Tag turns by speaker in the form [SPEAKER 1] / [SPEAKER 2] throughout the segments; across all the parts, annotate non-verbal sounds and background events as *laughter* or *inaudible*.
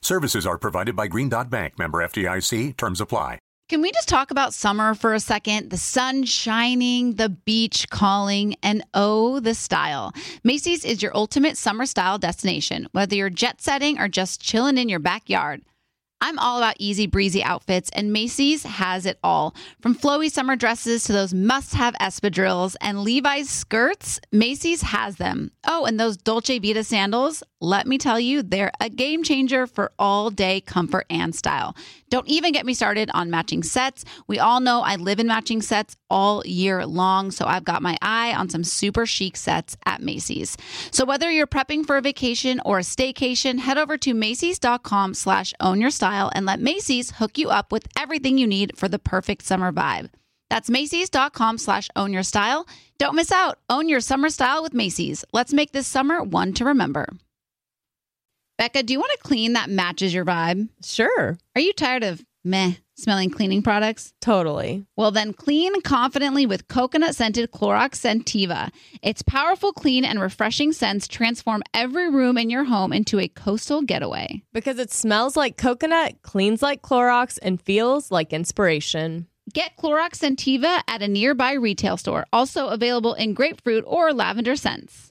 [SPEAKER 1] Services are provided by Green Dot Bank, member FDIC. Terms apply.
[SPEAKER 2] Can we just talk about summer for a second? The sun shining, the beach calling, and oh, the style. Macy's is your ultimate summer style destination, whether you're jet setting or just chilling in your backyard. I'm all about easy breezy outfits, and Macy's has it all. From flowy summer dresses to those must have espadrilles and Levi's skirts, Macy's has them. Oh, and those Dolce Vita sandals, let me tell you, they're a game changer for all day comfort and style. Don't even get me started on matching sets. We all know I live in matching sets all year long, so I've got my eye on some super chic sets at Macy's. So whether you're prepping for a vacation or a staycation, head over to Macy's.com slash own your style and let Macy's hook you up with everything you need for the perfect summer vibe. That's Macy's.com slash own your style. Don't miss out. Own your summer style with Macy's. Let's make this summer one to remember. Becca, do you want a clean that matches your vibe?
[SPEAKER 3] Sure.
[SPEAKER 2] Are you tired of meh smelling cleaning products?
[SPEAKER 3] Totally.
[SPEAKER 2] Well, then clean confidently with coconut scented Clorox Sentiva. Its powerful, clean, and refreshing scents transform every room in your home into a coastal getaway.
[SPEAKER 3] Because it smells like coconut, cleans like Clorox, and feels like inspiration.
[SPEAKER 2] Get Clorox Sentiva at a nearby retail store, also available in grapefruit or lavender scents.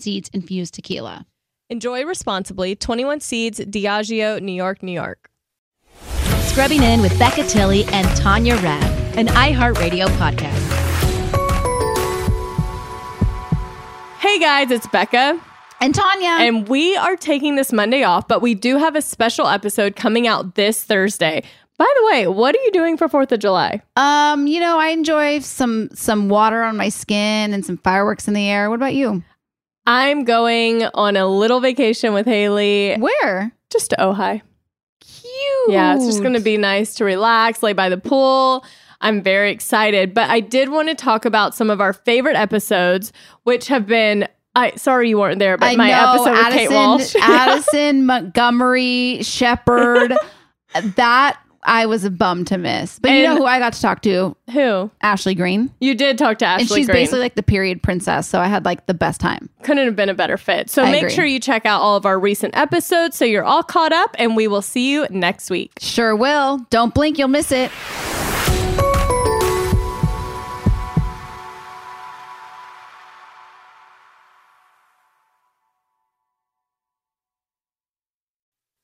[SPEAKER 2] Seeds infused tequila.
[SPEAKER 3] Enjoy responsibly. 21 Seeds, Diageo, New York, New York.
[SPEAKER 4] Scrubbing In with Becca Tilly and Tanya Rad, an iHeartRadio podcast.
[SPEAKER 3] Hey guys, it's Becca.
[SPEAKER 2] And Tanya,
[SPEAKER 3] *laughs* And we are taking this Monday off, but we do have a special episode coming out this Thursday. By the way, what are you doing for 4th of July?
[SPEAKER 2] um, you know, I enjoy some some water on my skin and some fireworks in the air. What about you?
[SPEAKER 3] I'm going on a little vacation with Haley
[SPEAKER 2] Where?
[SPEAKER 3] just to Ojai.
[SPEAKER 2] Cute.
[SPEAKER 3] Yeah, it's just going to be nice to relax, lay by the pool. I'm very excited, but I did want to talk about some of our favorite episodes, which have been. I sorry you weren't there, but
[SPEAKER 2] I
[SPEAKER 3] my
[SPEAKER 2] know,
[SPEAKER 3] episode with Kate Walsh. *laughs*
[SPEAKER 2] Addison, Addison Montgomery Shepherd. that I was a bum to miss. But you know
[SPEAKER 3] And-
[SPEAKER 2] who I got to talk to?
[SPEAKER 3] Who
[SPEAKER 2] Ashley Green.
[SPEAKER 3] you did talk to Ashley
[SPEAKER 2] and she's
[SPEAKER 3] Green.
[SPEAKER 2] basically like the period princess. So I had like the best time.
[SPEAKER 3] Couldn't have been a better fit. So
[SPEAKER 2] I
[SPEAKER 3] make
[SPEAKER 2] agree.
[SPEAKER 3] sure you check out all of our recent episodes so you're all caught up, and we will see you next week.
[SPEAKER 2] Sure will. Don't blink, you'll miss it.